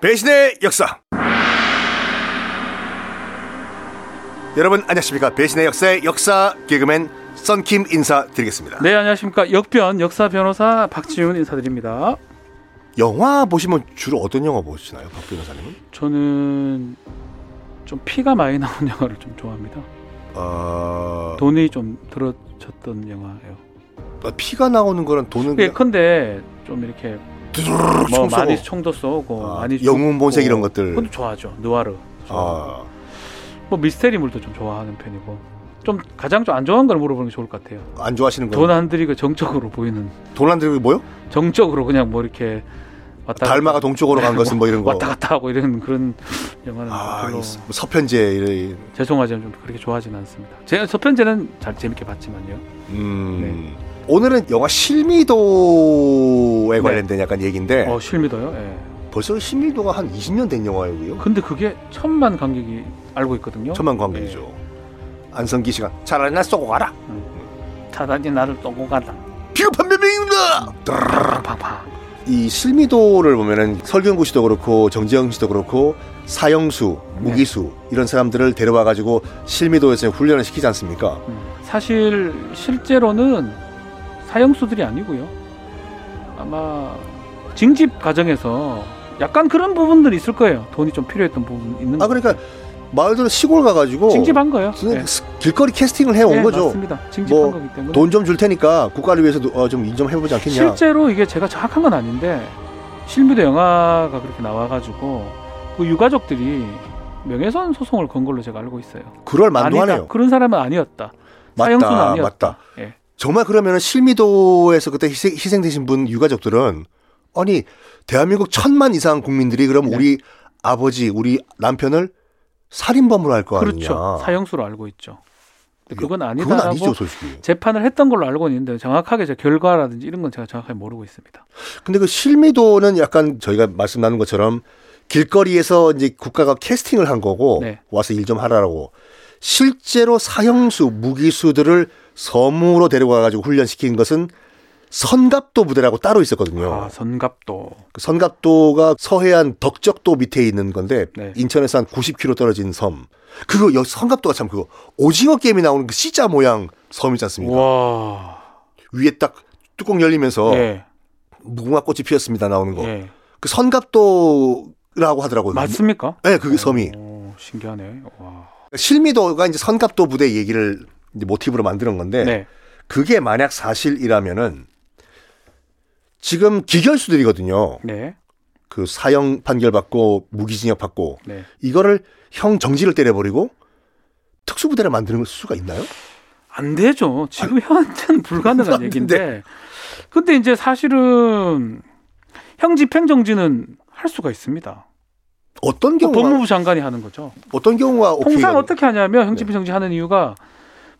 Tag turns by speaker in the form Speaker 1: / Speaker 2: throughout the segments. Speaker 1: 배신의 역사. 여러분 안녕하십니까? 배신의 역사의 역사 개그맨 썬킴 인사드리겠습니다.
Speaker 2: 네, 안녕하십니까. 역변, 역사 변호사 박지훈 인사드립니다.
Speaker 1: 영화 보시면 주로 어떤 영화 보시나요, 박 변호사님은?
Speaker 2: 저는 좀 피가 많이 나온 영화를 좀 좋아합니다.
Speaker 1: 어,
Speaker 2: 돈이 좀 들어쳤던 영화예요.
Speaker 1: 피가 나오는 거랑 돈은
Speaker 2: 예,
Speaker 1: 그냥
Speaker 2: 근데 좀 이렇게
Speaker 1: 두루룩
Speaker 2: 뭐
Speaker 1: 총 쏘고.
Speaker 2: 많이 총도 쏘고 어,
Speaker 1: 아,
Speaker 2: 많이
Speaker 1: 영웅 본색
Speaker 2: 죽고.
Speaker 1: 이런 것들.
Speaker 2: 그것도 좋아하죠. 누아르. 좋아하고.
Speaker 1: 아,
Speaker 2: 뭐 미스테리물도 좀 좋아하는 편이고. 좀 가장 좀 안 좋아하는 걸 물어보는 게 좋을 것 같아요.
Speaker 1: 안 좋아하시는
Speaker 2: 돈
Speaker 1: 거예요?
Speaker 2: 안 들이고 정적으로 보이는
Speaker 1: 돈안 들고 뭐요?
Speaker 2: 정적으로 그냥 뭐 이렇게 왔다
Speaker 1: 달마가 동쪽으로 간 것은 뭐 이런 거.
Speaker 2: 왔다 갔다 하고 이런 그런 영화는
Speaker 1: 아,
Speaker 2: 별로
Speaker 1: 이 서- 서편제 이런.
Speaker 2: 죄송하지만 좀 그렇게 좋아하지는 않습니다. 제가 첫 편제는 잘 재밌게 봤지만요.
Speaker 1: 음. 오늘은 영화 실미도에
Speaker 2: 네.
Speaker 1: 관련된 약간 얘기인데
Speaker 2: 어 실미도요. 예.
Speaker 1: 벌써 실미도가 한 20년 된 영화예요.
Speaker 2: 근데 그게 천만 관객이 알고 있거든요.
Speaker 1: 천만 관객이죠.
Speaker 2: 네.
Speaker 1: 안성기 씨가 차라리 날 쏘고 가라.
Speaker 2: 차단이 나를 똥고 간다.
Speaker 1: 비겁한 변명입니다.
Speaker 2: 팡팡팡.
Speaker 1: 이 실미도를 보면은 설경구 씨도 그렇고 정재영 씨도 그렇고 사영수,
Speaker 2: 네.
Speaker 1: 무기수 이런 사람들을 데려와 가지고 실미도에서 훈련을 시키지 않습니까?
Speaker 2: 음. 사실 실제로는 사형수들이 아니고요. 아마 징집 과정에서 약간 그런 부분들이 있을 거예요. 돈이 좀 필요했던 부분 있는
Speaker 1: 아
Speaker 2: 거.
Speaker 1: 그러니까 말 그대로 시골 가가지고
Speaker 2: 징집한 거예요.
Speaker 1: 그냥 스- 길거리 캐스팅을 해 온
Speaker 2: 예,
Speaker 1: 거죠.
Speaker 2: 네. 맞습니다. 징집한
Speaker 1: 뭐,
Speaker 2: 거기 때문에.
Speaker 1: 돈 좀 줄 테니까 국가를 위해서 도- 어, 좀 인정해보지 않겠냐.
Speaker 2: 실제로 이게 제가 정확한 건 아닌데 실미도 영화가 그렇게 나와가지고 그 유가족들이 명예훼손 소송을 건 걸로 제가 알고 있어요.
Speaker 1: 그럴
Speaker 2: 아니다.
Speaker 1: 만도하네요.
Speaker 2: 그런 사람은 아니었다. 사형수는
Speaker 1: 맞다,
Speaker 2: 아니었다.
Speaker 1: 맞다.
Speaker 2: 예.
Speaker 1: 정말 그러면 실미도에서 그때 희생, 희생되신 분 유가족들은 아니 대한민국 천만 이상 국민들이 그럼
Speaker 2: 네.
Speaker 1: 우리 아버지, 우리 남편을 살인범으로 할 거뭐 아니냐.
Speaker 2: 그렇죠. 사형수로 알고 있죠. 근데 그건 아니다라고
Speaker 1: 그건 아니죠, 솔직히.
Speaker 2: 재판을 했던 걸로 알고 있는데 정확하게 제 결과라든지 이런 건 제가 정확하게 모르고 있습니다.
Speaker 1: 근데 그 실미도는 약간 저희가 말씀 나눈 것처럼 길거리에서 이제 국가가 캐스팅을 한 거고
Speaker 2: 네.
Speaker 1: 와서 일 좀 하라고 실제로 사형수 무기수들을 섬으로 데려가 가지고 훈련시킨 것은 선갑도 부대라고 따로 있었거든요.
Speaker 2: 아 선갑도
Speaker 1: 그 선갑도가 서해안 덕적도 밑에 있는 건데
Speaker 2: 네.
Speaker 1: 인천에서 한 90km 떨어진 섬. 그거 여 선갑도가 참 그거 오징어 게임에 나오는 그 C자 모양 섬이지 않습니까?
Speaker 2: 와
Speaker 1: 위에 딱 뚜껑 열리면서
Speaker 2: 예,
Speaker 1: 무궁화 꽃이 피었습니다 나오는 거.
Speaker 2: 예.
Speaker 1: 그 선갑도라고 하더라고요.
Speaker 2: 맞습니까?
Speaker 1: 네, 그게 섬이.
Speaker 2: 오, 신기하네. 와.
Speaker 1: 실미도가 이제 선갑도 부대 얘기를 이제 모티브로 만드는 건데
Speaker 2: 네.
Speaker 1: 그게 만약 사실이라면은 지금 기결수들이거든요.
Speaker 2: 네.
Speaker 1: 그 사형 판결 받고 무기징역 받고
Speaker 2: 네.
Speaker 1: 이거를 형 정지를 때려버리고 특수부대를 만드는 수가 있나요?
Speaker 2: 안 되죠. 지금 현재는 불가능한
Speaker 1: 안
Speaker 2: 얘기인데. 근데 이제 사실은 형 집행정지는 할 수가 있습니다.
Speaker 1: 어떤 경우가
Speaker 2: 아, 법무부 장관이 하는 거죠.
Speaker 1: 어떤 경우가 오케이?
Speaker 2: 통상 어떻게 하냐면 형
Speaker 1: 네.
Speaker 2: 집행정지 하는 이유가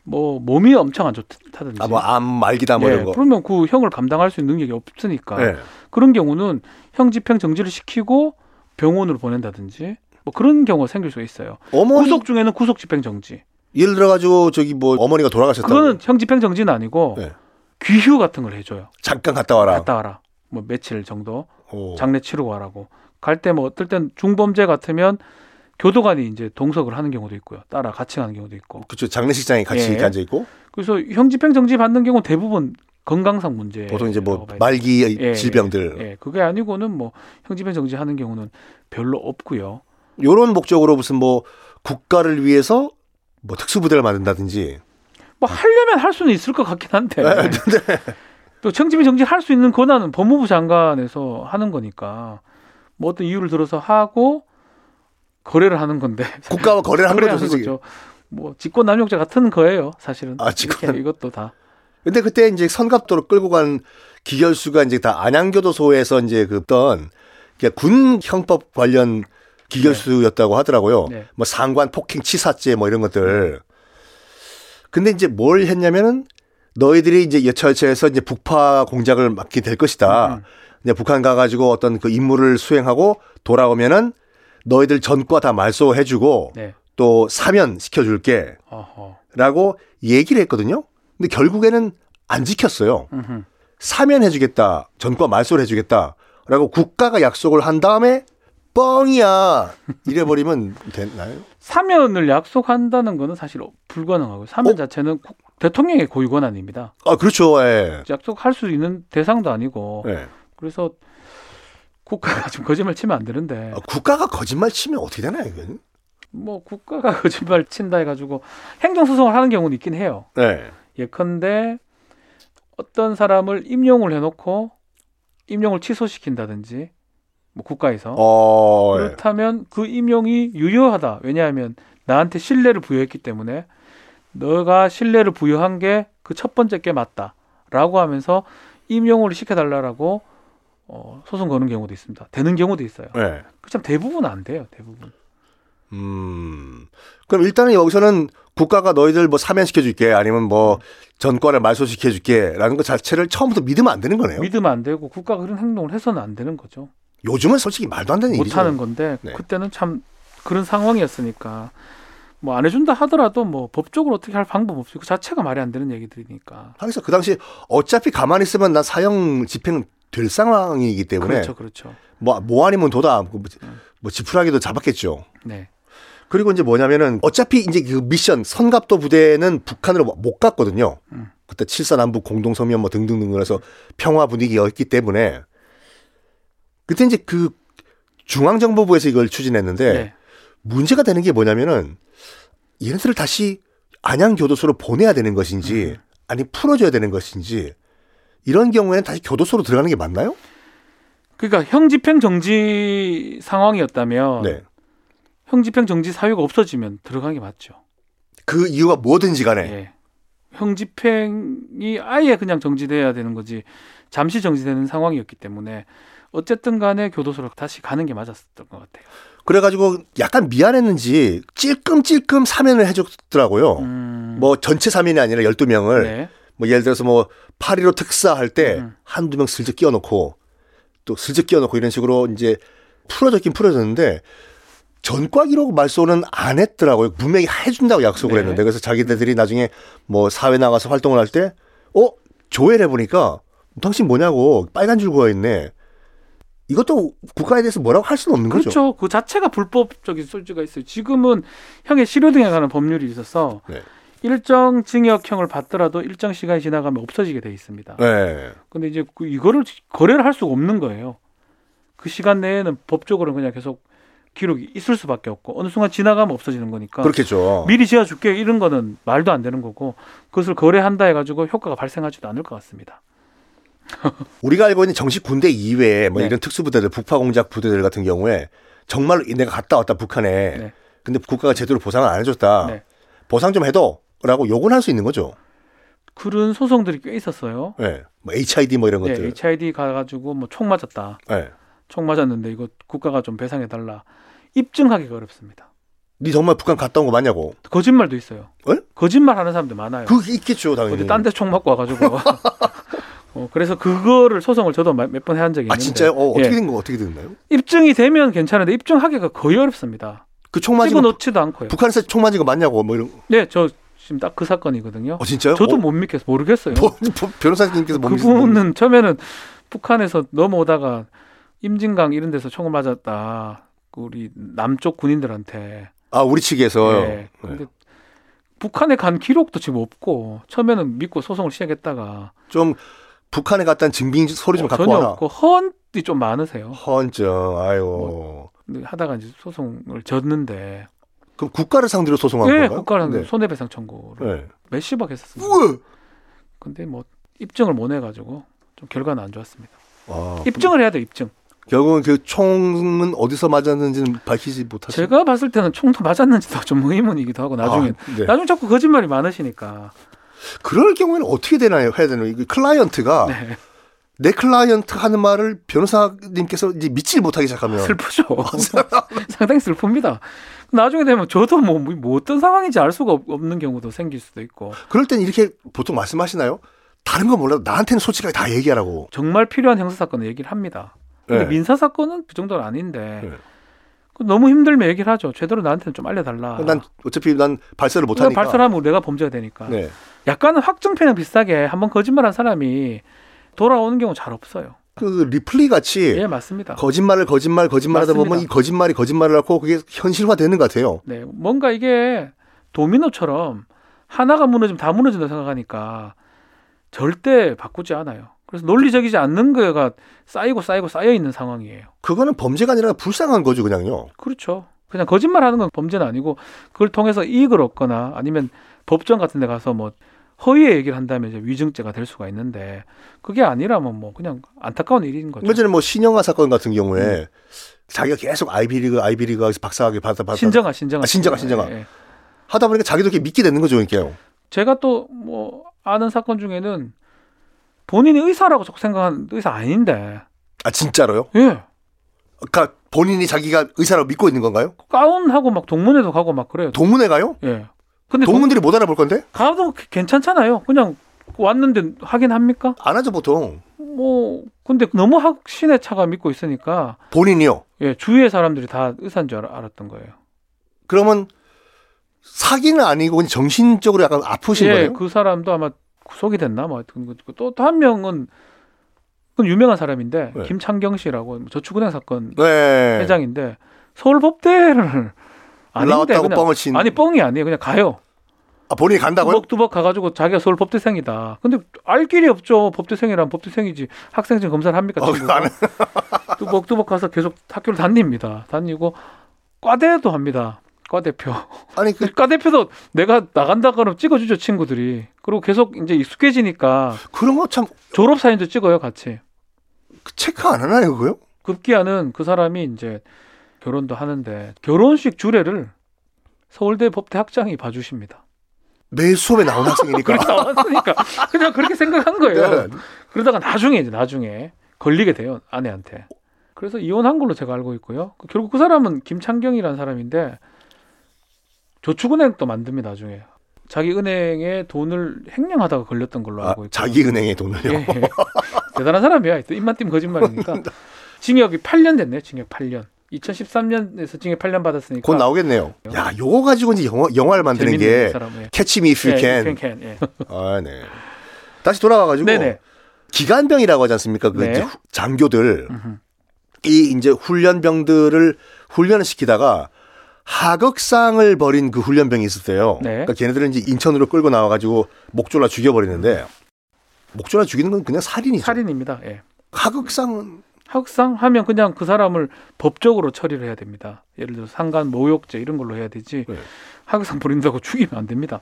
Speaker 2: 뭐 몸이 엄청 안 좋다든지.
Speaker 1: 아뭐암 말기다 뭐
Speaker 2: 예,
Speaker 1: 이런 거.
Speaker 2: 그러면 그 형을 감당할 수 있는 능력이 없으니까
Speaker 1: 예.
Speaker 2: 그런 경우는 형 집행정지를 시키고 병원으로 보낸다든지 뭐 그런 경우가 생길 수가 있어요.
Speaker 1: 어머니
Speaker 2: 구속 중에는 구속 집행정지.
Speaker 1: 예를 들어가지고 저기 뭐 어머니가 돌아가셨다.
Speaker 2: 그거는 형 집행정지는 아니고
Speaker 1: 네.
Speaker 2: 귀휴 같은 걸 해줘요.
Speaker 1: 잠깐 갔다 와라.
Speaker 2: 갔다 와라. 뭐 며칠 정도
Speaker 1: 오.
Speaker 2: 장례 치르고 와라고. 갈 때 뭐 어떨 땐 중범죄 같으면 교도관이 이제 동석을 하는 경우도 있고요. 따라 같이 가는 경우도 있고.
Speaker 1: 그쵸 장례식장에 같이
Speaker 2: 예.
Speaker 1: 이렇게 앉아 있고
Speaker 2: 그래서 형 집행 정지 받는 경우는 대부분 건강상 문제.
Speaker 1: 보통 이제 뭐 말기
Speaker 2: 예,
Speaker 1: 질병들
Speaker 2: 예, 그게 아니고는 뭐 형 집행 정지 하는 경우는 별로 없고요.
Speaker 1: 요런 목적으로 무슨 뭐 국가를 위해서 뭐 특수부대를 만든다든지
Speaker 2: 뭐 하려면 할 수는 있을 것 같긴 한데.
Speaker 1: 네,
Speaker 2: 또 청집이 정지 할 수 있는 권한은 법무부 장관에서 하는 거니까 뭐 어떤 이유를 들어서 하고 거래를 하는 건데
Speaker 1: 국가와 거래를 네, 한 거죠
Speaker 2: 거래하는
Speaker 1: 솔직히.
Speaker 2: 거죠. 뭐 직권 남용죄 같은 거예요, 사실은.
Speaker 1: 아, 직권.
Speaker 2: 이렇게 이것도 다.
Speaker 1: 근데 그때 이제 선갑도로 끌고 간 기결수가 이제 다 안양교도소에서 이제 그 어떤 그러니까 군 형법 관련 기결수였다고 하더라고요.
Speaker 2: 네.
Speaker 1: 뭐 상관 폭행 치사죄 뭐 이런 것들. 근데 이제 뭘 했냐면은 너희들이 이제 여차여차해서 이제 북파 공작을 맡게 될 것이다.
Speaker 2: 음.
Speaker 1: 이제 북한 가가지고 어떤 그 임무를 수행하고 돌아오면은 너희들 전과 다 말소해주고
Speaker 2: 네.
Speaker 1: 또 사면 시켜줄게.
Speaker 2: 어허.
Speaker 1: 라고 얘기를 했거든요. 근데 결국에는 안 지켰어요.
Speaker 2: 음흠.
Speaker 1: 사면해주겠다. 전과 말소를 해주겠다. 라고 국가가 약속을 한 다음에 뻥이야 이래버리면 되나요?
Speaker 2: 사면을 약속한다는 거는 사실 불가능하고 사면
Speaker 1: 어?
Speaker 2: 자체는 국- 대통령의 고유 권한입니다.
Speaker 1: 아 그렇죠. 예.
Speaker 2: 약속할 수 있는 대상도 아니고
Speaker 1: 예.
Speaker 2: 그래서 국가가 지금 거짓말 치면 안 되는데
Speaker 1: 아, 국가가 거짓말 치면 어떻게 되나요? 이건?
Speaker 2: 뭐 국가가 거짓말 친다 해가지고 행정소송을 하는 경우는 있긴 해요.
Speaker 1: 네.
Speaker 2: 예컨대 어떤 사람을 임용을 해놓고 임용을 취소시킨다든지 뭐 국가에서
Speaker 1: 어, 예.
Speaker 2: 그렇다면 그 임용이 유효하다. 왜냐하면 나한테 신뢰를 부여했기 때문에 너가 신뢰를 부여한 게 그 첫 번째 게 맞다라고 하면서 임용을 시켜달라라고 어, 소송 거는 경우도 있습니다. 되는 경우도 있어요.
Speaker 1: 예.
Speaker 2: 참 대부분 안 돼요. 대부분.
Speaker 1: 음. 그럼 일단은 여기서는 국가가 너희들 뭐 사면시켜줄게 아니면 뭐 전과를 말소시켜줄게라는 것 자체를 처음부터 믿으면 안 되는 거네요.
Speaker 2: 믿으면 안 되고 국가가 그런 행동을 해서는 안 되는 거죠.
Speaker 1: 요즘은 솔직히 말도 안 되는 일이죠.
Speaker 2: 못하는 건데
Speaker 1: 네.
Speaker 2: 그때는 참 그런 상황이었으니까 뭐 안 해준다 하더라도 뭐 법적으로 어떻게 할 방법 없이 그 자체가 말이 안 되는 얘기들이니까.
Speaker 1: 하기서 그 당시 어차피 가만히 있으면 난 사형 집행은 될 상황이기 때문에
Speaker 2: 그렇죠, 그렇죠.
Speaker 1: 뭐, 뭐 아니면 도다 뭐, 뭐 지푸라기도 잡았겠죠.
Speaker 2: 네,
Speaker 1: 그리고 이제 뭐냐면은 어차피 이제 그 미션 선갑도 부대는 북한으로 못 갔거든요.
Speaker 2: 음.
Speaker 1: 그때 7사 남북 공동성명 뭐 등등등을 해서 평화 분위기였기 때문에 그때 이제 그 중앙정보부에서 이걸 추진했는데
Speaker 2: 네.
Speaker 1: 문제가 되는 게 뭐냐면은 얘네들을 다시 안양교도소로 보내야 되는
Speaker 2: 음.
Speaker 1: 것인지 아니 풀어줘야 되는 것인지 이런 경우에는 다시 교도소로 들어가는 게 맞나요?
Speaker 2: 그러니까 형 집행 정지 상황이었다면
Speaker 1: 네.
Speaker 2: 형 집행 정지 사유가 없어지면 들어간 게 맞죠.
Speaker 1: 그 이유가 뭐든지 간에
Speaker 2: 예. 형 집행이 아예 그냥 정지돼야 되는 거지 잠시 정지되는 상황이었기 때문에 어쨌든 간에 교도소로 다시 가는 게 맞았었던 것 같아요.
Speaker 1: 그래가지고 약간 미안했는지 찔끔찔끔 사면을 해줬더라고요.
Speaker 2: 음,
Speaker 1: 뭐 전체 사면이 아니라 12명을
Speaker 2: 네.
Speaker 1: 뭐 예를 들어서 뭐 8.15 특사할 때
Speaker 2: 음.
Speaker 1: 한두 명 슬쩍 끼워놓고 또 슬쩍 끼워놓고 이런 식으로 이제 풀어졌긴 풀어졌는데 전과 기록 말소는 안 했더라고요. 분명히 해준다고 약속을
Speaker 2: 네.
Speaker 1: 했는데 그래서 자기네들이 나중에 뭐 사회 나가서 활동을 할 때 어? 조회를 해보니까 당신 뭐냐고 빨간 줄 그어있네. 이것도 국가에 대해서 뭐라고 할 수는 없는 거죠.
Speaker 2: 그렇죠. 그 자체가 불법적인 소지가 있어요. 지금은 형의 실효 등에 관한 법률이 있어서
Speaker 1: 네.
Speaker 2: 일정 징역형을 받더라도 일정 시간이 지나가면 없어지게 돼 있습니다.
Speaker 1: 네.
Speaker 2: 근데 이제 그 이거를 거래를 할 수가 없는 거예요. 그 시간 내에는 법적으로는 그냥 계속 기록이 있을 수밖에 없고 어느 순간 지나가면 없어지는 거니까
Speaker 1: 그렇겠죠.
Speaker 2: 미리 지어줄게 이런 거는 말도 안 되는 거고 그것을 거래한다 해가지고 효과가 발생하지도 않을 것 같습니다.
Speaker 1: 우리가 알고 있는 정식 군대 이외에 뭐
Speaker 2: 네.
Speaker 1: 이런 특수부대들, 북파공작 부대들 같은 경우에 정말로 이 내가 갔다 왔다 북한에
Speaker 2: 네.
Speaker 1: 근데 국가가 제대로 보상을 안 해줬다.
Speaker 2: 네.
Speaker 1: 보상 좀 해둬라고 욕은 할 수 있는 거죠.
Speaker 2: 그런 소송들이 꽤 있었어요.
Speaker 1: 예, 뭐 HID 뭐 이런
Speaker 2: 네,
Speaker 1: 것들.
Speaker 2: HID 가가지고 뭐 총 맞았다,
Speaker 1: 예,
Speaker 2: 총 맞았는데 이거 국가가 좀 배상해 달라 입증하기가 어렵습니다.
Speaker 1: 네 정말 북한 갔다 온 거 맞냐고.
Speaker 2: 거짓말도 있어요.
Speaker 1: 에?
Speaker 2: 거짓말 하는 사람들 많아요.
Speaker 1: 그 있겠죠 당연히.
Speaker 2: 네. 어디 딴 데 총 맞고 와가지고. 어, 그래서 그거를 소송을 저도 몇 번 해 한 적이 있는데.
Speaker 1: 아 진짜요? 어, 어떻게
Speaker 2: 예.
Speaker 1: 된 거 어떻게 됐나요?
Speaker 2: 입증이 되면 괜찮은데 입증하기가 거의 어렵습니다.
Speaker 1: 그 총 맞은
Speaker 2: 찍어
Speaker 1: 거
Speaker 2: 놓지도 않고요.
Speaker 1: 북한에서 총 맞은 거 맞냐고 뭐 이런.
Speaker 2: 네, 저 지금 딱 그 사건이거든요.
Speaker 1: 어 진짜요?
Speaker 2: 저도
Speaker 1: 어,
Speaker 2: 못 믿겠어, 모르겠어요.
Speaker 1: 뭐, 뭐, 변호사님께서 못 믿으신 분이-
Speaker 2: 그분은 처음에는 북한에서 넘어오다가 임진강 이런 데서 총을 맞았다. 그 우리 남쪽 군인들한테.
Speaker 1: 아 우리 측에서.
Speaker 2: 예. 근데
Speaker 1: 네.
Speaker 2: 북한에 간 기록도 지금 없고 처음에는 믿고 소송을 시작했다가
Speaker 1: 좀 북한에 갔다는 증빙 소리 좀
Speaker 2: 어,
Speaker 1: 갖고
Speaker 2: 전혀
Speaker 1: 와라.
Speaker 2: 없고 헌이 좀 많으세요.
Speaker 1: 헌정, 아이고.
Speaker 2: 근데 네, 하다가 이제 소송을 졌는데
Speaker 1: 그럼 국가를 상대로 소송한
Speaker 2: 예,
Speaker 1: 건가요?
Speaker 2: 국가랑
Speaker 1: 네.
Speaker 2: 손해배상 청구를
Speaker 1: 네.
Speaker 2: 몇십억 했었습니다.
Speaker 1: 우와!
Speaker 2: 근데 뭐 입증을 못 해가지고 좀 결과는 안 좋았습니다.
Speaker 1: 아,
Speaker 2: 입증을 해야 돼 입증.
Speaker 1: 결국은 그 총은 어디서 맞았는지는 밝히지 못하죠.
Speaker 2: 제가 봤을 때는 총도 맞았는지도 좀 의문이기도 하고 나중에
Speaker 1: 아, 네.
Speaker 2: 나중에 자꾸 거짓말이 많으시니까
Speaker 1: 그럴 경우에는 어떻게 되나요? 해야 되나요? 이 클라이언트가
Speaker 2: 네,
Speaker 1: 내 클라이언트 하는 말을 변호사님께서 이제 믿질 못하기 시작하면
Speaker 2: 슬프죠.
Speaker 1: 아,
Speaker 2: 상당히 슬픕니다. 나중에 되면 저도 뭐, 뭐 어떤 상황인지 알 수가 없- 없는 경우도 생길 수도 있고
Speaker 1: 그럴 땐 이렇게 보통 말씀하시나요? 다른 건 몰라도 나한테는 솔직하게 다 얘기하라고.
Speaker 2: 정말 필요한 형사 사건은 얘기를 합니다. 근데
Speaker 1: 네.
Speaker 2: 민사 사건은 그 정도는 아닌데
Speaker 1: 네.
Speaker 2: 그 너무 힘들면 얘기를 하죠. 제대로 나한테는 좀 알려달라.
Speaker 1: 난 어차피 난 발설을
Speaker 2: 우리가
Speaker 1: 못하니까.
Speaker 2: 발설하면 내가 범죄가 되니까.
Speaker 1: 네.
Speaker 2: 약간은 확정편이랑 비슷하게 한번 거짓말한 사람이 돌아오는 경우 잘 없어요.
Speaker 1: 그 리플리 같이
Speaker 2: 예, 맞습니다.
Speaker 1: 거짓말을 거짓말 거짓말하다 보면
Speaker 2: 맞습니다. 네, 뭔가 이게 도미노처럼 하나가 무너지면 다 무너진다 생각하니까 절대 바꾸지 않아요. 그래서 논리적이지 않는 거가 쌓이고 쌓이고 쌓여 있는 상황이에요.
Speaker 1: 그거는 범죄가 아니라 불쌍한 거죠, 그냥요.
Speaker 2: 그렇죠. 그냥 거짓말 하는 건 범죄는 아니고 그걸 통해서 이익을 얻거나 아니면 법정 같은 데 가서 뭐 허위의 얘기를 한다면 이제 위증죄가 될 수가 있는데 그게 아니라면 뭐 그냥 안타까운 일인 거죠. 음.
Speaker 1: 얼마 전에 뭐 신영아 사건 같은 경우에 자기가 계속 아이비리그 아이비리그 박사학위 받아 받아
Speaker 2: 신정아, 신정아.
Speaker 1: 아, 신정아, 신정아.
Speaker 2: 예, 예.
Speaker 1: 하다 보니까 자기도 이렇게 믿게 되는 거죠, 그러니까요.
Speaker 2: 제가 또 뭐 아는 사건 중에는 본인이 의사라고 자꾸 생각한 의사 아닌데
Speaker 1: 아 진짜로요?
Speaker 2: 예
Speaker 1: 그러니까 본인이 자기가 의사라고 믿고 있는 건가요?
Speaker 2: 가운하고 막 동문회도 가고 막 그래요
Speaker 1: 동문회 가요?
Speaker 2: 예 근데 동-
Speaker 1: 동문들이 못 알아볼 건데?
Speaker 2: 가도 괜찮잖아요 그냥 왔는데 하긴 합니까
Speaker 1: 안 하죠 보통.
Speaker 2: 뭐 근데 너무 확신에 차가 믿고 있으니까
Speaker 1: 본인이요.
Speaker 2: 예 주위의 사람들이 다 의사인 줄 알- 알았던 거예요
Speaker 1: 그러면 사기는 아니고 그냥 정신적으로 약간 아프신 거예요?
Speaker 2: 예그 사람도 아마 구속이 됐나 뭐 하여튼 또한 명은 그 유명한 사람인데
Speaker 1: 네.
Speaker 2: 김창경 씨라고 저축은행 사건
Speaker 1: 네.
Speaker 2: 그- 회장인데 서울법대를 아닌데
Speaker 1: 나왔다고
Speaker 2: 그냥
Speaker 1: 뻥을 친.
Speaker 2: 아니 뭐, 뻥이 아니에요 그냥 가요
Speaker 1: 아, 본인이 간다고요?
Speaker 2: 두벅두벅 가가지고 자기가 서울 법대생이다 근데 알 길이 없죠 법대생이란 법대생이지 학생증 검사를 합니까
Speaker 1: 어,
Speaker 2: 친구가?
Speaker 1: 안 해.
Speaker 2: 두벅두벅 가서 계속 학교를 다닙니다 다니고 과대도 합니다 과대표
Speaker 1: 아니 그
Speaker 2: 과대표도 내가 나간다 그러면 찍어주죠 친구들이 그리고 계속 이제 익숙해지니까
Speaker 1: 그런 거 참
Speaker 2: 졸업 사진도 찍어요 같이
Speaker 1: 체크 안 하나요 그거요?
Speaker 2: 급기야는 그 사람이 이제 결혼도 하는데 결혼식 주례를 서울대 법대 학장이 봐주십니다.
Speaker 1: 매 수업에 나오는 학생이니까. 네.
Speaker 2: 그렇게 나왔으니까 아, 그냥 그렇게 생각한 거예요. 그러다가 나중에 이제 나중에 걸리게 돼요 아내한테. 그래서 이혼한 걸로 제가 알고 있고요. 결국 그 사람은 김창경이라는 사람인데 저축은행도 만듭니다 나중에. 자기 은행에 돈을 횡령하다가 걸렸던 걸로
Speaker 1: 아,
Speaker 2: 알고 있고.
Speaker 1: 자기 은행의 돈을요.
Speaker 2: 예, 예. 대단한 사람이야. 또 입만 띄면 거짓말이니까. 징역이 8년 됐네요. 징역 8년. 2013년에서 징역 8년 받았으니까.
Speaker 1: 곧 나오겠네요. 야, 요거 가지고 이제 영화, 영화를 만드는
Speaker 2: 재밌는
Speaker 1: 게
Speaker 2: 사람. 예.
Speaker 1: Catch Me If You
Speaker 2: 예,
Speaker 1: Can.
Speaker 2: if you can, 예.
Speaker 1: 아, 네. 다시 돌아와가지고
Speaker 2: 네네.
Speaker 1: 기간병이라고 하지 않습니까? 그
Speaker 2: 네.
Speaker 1: 이제 후- 장교들
Speaker 2: 음흠.
Speaker 1: 이 이제 훈련병들을 훈련을 시키다가 하극상을 벌인 그 훈련병이 있었대요.
Speaker 2: 네.
Speaker 1: 그러니까 걔네들은 이제 인천으로 끌고 나와가지고 목졸라 죽여버리는데 목졸라 죽이는 건 그냥 살인이죠.
Speaker 2: 살인입니다. 예.
Speaker 1: 하극상은
Speaker 2: 학상 하면 그냥 그 사람을 법적으로 처리를 해야 됩니다. 예를 들어 상간 모욕죄 이런 걸로 해야 되지.
Speaker 1: 네.
Speaker 2: 학상 부린다고 죽이면 안 됩니다.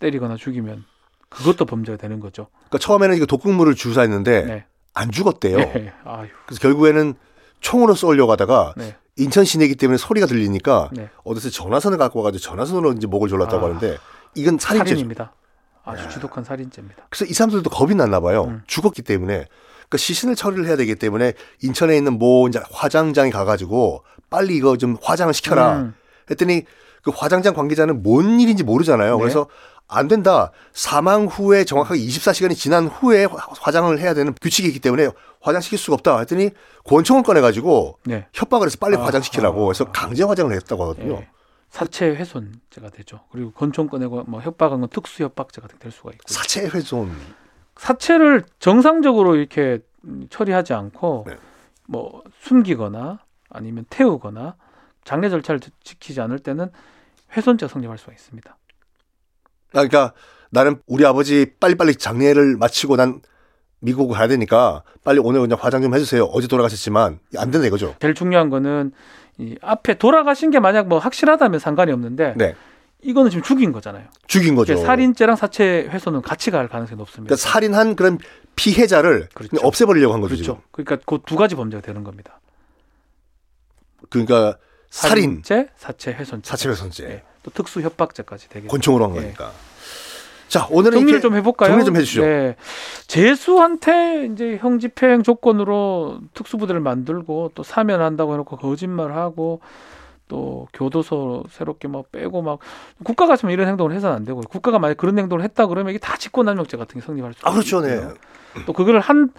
Speaker 2: 때리거나 죽이면 그것도 범죄가 되는 거죠.
Speaker 1: 그러니까 처음에는 이거 독극물을 주사했는데
Speaker 2: 네.
Speaker 1: 안 죽었대요.
Speaker 2: 예. 아유.
Speaker 1: 그래서 결국에는 총으로 쏠려고 하다가
Speaker 2: 네.
Speaker 1: 인천 시내기 때문에 소리가 들리니까
Speaker 2: 네.
Speaker 1: 어디서 전화선을 갖고 와가지고 전화선으로 이제 목을 졸랐다고
Speaker 2: 아.
Speaker 1: 하는데 이건 살인죄죠.
Speaker 2: 살인입니다. 아주 지독한 살인죄입니다.
Speaker 1: 그래서 이 사람들도 겁이 났나 봐요.
Speaker 2: 음.
Speaker 1: 죽었기 때문에. 그러니까 시신을 처리를 해야 되기 때문에 인천에 있는 뭐 이제 화장장에 가가지고 빨리 이거 좀 화장을 시켜라.
Speaker 2: 음.
Speaker 1: 했더니 그 화장장 관계자는 뭔 일인지 모르잖아요.
Speaker 2: 네.
Speaker 1: 그래서 안 된다. 사망 후에 정확하게 24시간이 지난 후에 화- 화장을 해야 되는 규칙이 있기 때문에 화장시킬 수가 없다. 했더니 권총을 꺼내가지고
Speaker 2: 네.
Speaker 1: 협박을 해서 빨리
Speaker 2: 아,
Speaker 1: 화장시키라고
Speaker 2: 아,
Speaker 1: 해서 강제 화장을 했다고 하거든요.
Speaker 2: 예. 사체 훼손죄가 되죠. 그리고 권총 꺼내고 뭐 협박한 건 특수 협박죄가 될 수가 있고
Speaker 1: 사체 훼손.
Speaker 2: 사체를 정상적으로 이렇게 음, 처리하지 않고
Speaker 1: 네.
Speaker 2: 뭐 숨기거나 아니면 태우거나 장례 절차를 지- 지키지 않을 때는 훼손죄 가 성립할 수가 있습니다.
Speaker 1: 아, 그러니까 나는 우리 아버지 빨리빨리 장례를 마치고 난 미국 가야 되니까 빨리 오늘 그냥 화장 좀 해주세요. 어제 돌아가셨지만 안 된다 이거죠.
Speaker 2: 제일 중요한 거는 이 앞에 돌아가신 게 만약 뭐 확실하다면 상관이 없는데
Speaker 1: 네.
Speaker 2: 이거는 지금 죽인 거잖아요.
Speaker 1: 죽인 거죠.
Speaker 2: 이게 그러니까 살인죄랑 사체 훼손은 같이 갈 가능성이 높습니다.
Speaker 1: 그러니까 살인한 그런 피해자를
Speaker 2: 그렇죠.
Speaker 1: 그냥 없애버리려고 한 거죠.
Speaker 2: 그렇죠. 그러니까 그 두 가지 범죄가 되는 겁니다.
Speaker 1: 지금. 그러니까 살인,
Speaker 2: 살인죄, 사체 훼손죄.
Speaker 1: 사체훼손죄,
Speaker 2: 예, 또 특수 협박죄까지 되게.
Speaker 1: 권총으로 한
Speaker 2: 예.
Speaker 1: 거니까. 자, 오늘은
Speaker 2: 정리를
Speaker 1: 이렇게
Speaker 2: 좀 해볼까요?
Speaker 1: 정리 좀 해주시죠.
Speaker 2: 네. 재수한테 이제 형집행 조건으로 특수부대를 만들고 또 사면한다고 해놓고 거짓말하고 또 교도소 새롭게 막 빼고 막 국가가 지금 이런 행동을 해서는 안 되고 국가가 만약 그런 행동을 했다 그러면 이게 다 직권남용죄 같은 게 성립할 수
Speaker 1: 아 그렇죠, 네.
Speaker 2: 있고요. 또 그걸 한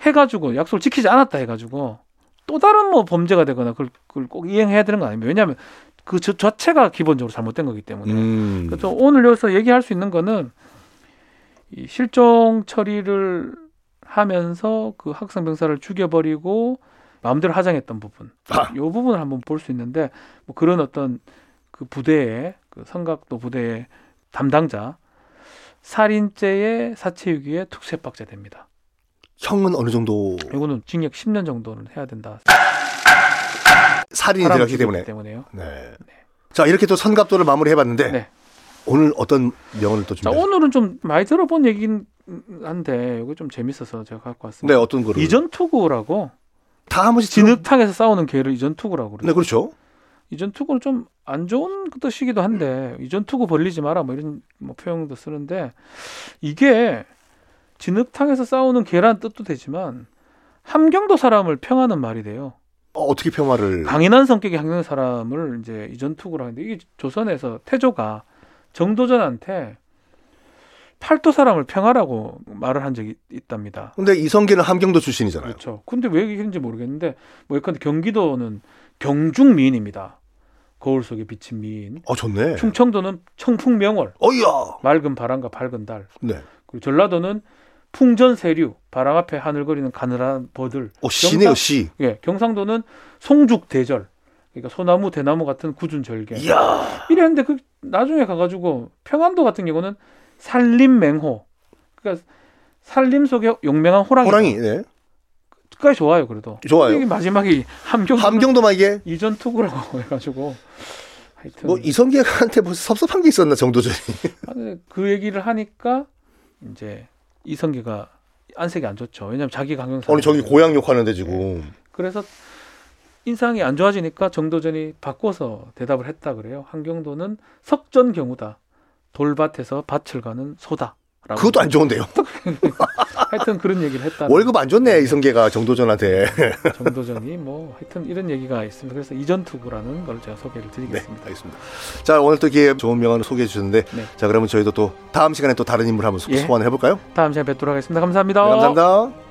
Speaker 2: 해가지고 약속을 지키지 않았다 해가지고 또 다른 뭐 범죄가 되거나 그걸, 그걸 꼭 이행해야 되는 거 아닙니까? 왜냐하면 그 저- 자체가 기본적으로 잘못된 거기 때문에
Speaker 1: 음.
Speaker 2: 그 그래서 오늘 여기서 얘기할 수 있는 거는 이 실종 처리를 하면서 그 학생 병사를 죽여버리고 마음대로 하장했던 부분,
Speaker 1: 아.
Speaker 2: 요 부분을 한번 볼 수 있는데 뭐 그런 어떤 그 부대의 그 성각도 부대의 담당자 살인죄의 사체유기에 특수협박죄됩니다.
Speaker 1: 형은 어느 정도
Speaker 2: 이거는 징역 10년 정도는 해야 된다.
Speaker 1: 살인이
Speaker 2: 사람
Speaker 1: 들어갔기 때문에.
Speaker 2: 죽였기 때문에요.
Speaker 1: 네. 자 이렇게 또 선갑도를 마무리해봤는데
Speaker 2: 네.
Speaker 1: 오늘 어떤 명언을 또
Speaker 2: 자
Speaker 1: 준비했어요?
Speaker 2: 오늘은 좀 많이 들어본 얘긴 한데 이거 좀 재밌어서 제가
Speaker 1: 네
Speaker 2: 갖고 왔습니다.
Speaker 1: 어떤 거를
Speaker 2: 이전 투구라고
Speaker 1: 다한 번씩 들어-
Speaker 2: 진흙탕에서 싸우는 개를 이전 투구라고 그래요.
Speaker 1: 네 그렇죠.
Speaker 2: 이전 투구는 좀 안 좋은 뜻이기도 한데 이전 투구 벌리지 마라 뭐 이런 뭐 표현도 쓰는데 이게 진흙탕에서 싸우는 개란 뜻도 되지만 함경도 사람을 평하는 말이 돼요.
Speaker 1: 어, 어떻게 평화를
Speaker 2: 강인한 성격의 항상 사람을 이제 이전 투구라 하는데 이게 조선에서 태조가 정도전한테 팔도 사람을 평하라고 말을 한 적이 있답니다.
Speaker 1: 근데 이성계는 함경도 출신이잖아요.
Speaker 2: 그렇죠. 근데 왜 이런지 모르겠는데 뭐 예컨대 경기도는 경중 미인입니다. 거울 속에 비친 미인.
Speaker 1: 어 좋네.
Speaker 2: 충청도는 청풍명월,
Speaker 1: 어이야.
Speaker 2: 맑은 바람과 밝은 달.
Speaker 1: 네.
Speaker 2: 그리고 전라도는 풍전세류, 바람 앞에 하늘거리는 가늘한 버들.
Speaker 1: 어 시네요 시.
Speaker 2: 예, 경상도는 송죽대절. 그러니까 소나무, 대나무 같은 굳은 절개.
Speaker 1: 이야.
Speaker 2: 이랬는데 그 나중에 가가지고 평안도 같은 경우는 산림맹호. 그러니까 산림 속에 용맹한 호랑이.
Speaker 1: 호랑이. 네.
Speaker 2: 까지 좋아요, 그래도.
Speaker 1: 좋아요.
Speaker 2: 이게 마지막에 함경
Speaker 1: 함경도만 이게
Speaker 2: 이전 투구라고 해가지고 하여튼
Speaker 1: 뭐 이성계한테 무슨 섭섭한 게 있었나 정도죠.
Speaker 2: 아, 근데 그 얘기를 하니까 이제 이성계가 안색이 안 좋죠. 왜냐면 자기 강경사.
Speaker 1: 아니 저기 고향 욕하는데 지금.
Speaker 2: 그래서 인상이 안 좋아지니까 정도전이 바꿔서 대답을 했다 그래요. 한경도는 석전 경우다. 돌밭에서 밭을 가는 소다. 라고.
Speaker 1: 그것도 안 좋은데요.
Speaker 2: 하여튼 그런 얘기를 했다.
Speaker 1: 월급 안 줬네 이성계가 정도전한테.
Speaker 2: 네, 정도전이 뭐 하여튼 이런 얘기가 있습니다. 그래서 이전 투구라는 걸 제가 소개를
Speaker 1: 네,
Speaker 2: 드리겠습니다.
Speaker 1: 알겠습니다. 자, 오늘 또 기회 좋은 명언을 소개해 주셨는데,
Speaker 2: 네.
Speaker 1: 자, 그러면 저희도 또 다음 시간에 또 다른 인물 한번 소-
Speaker 2: 예. 어.
Speaker 1: 소환해 볼까요?
Speaker 2: 다음 시간에 뵙도록 하겠습니다.
Speaker 1: 네, 감사합니다.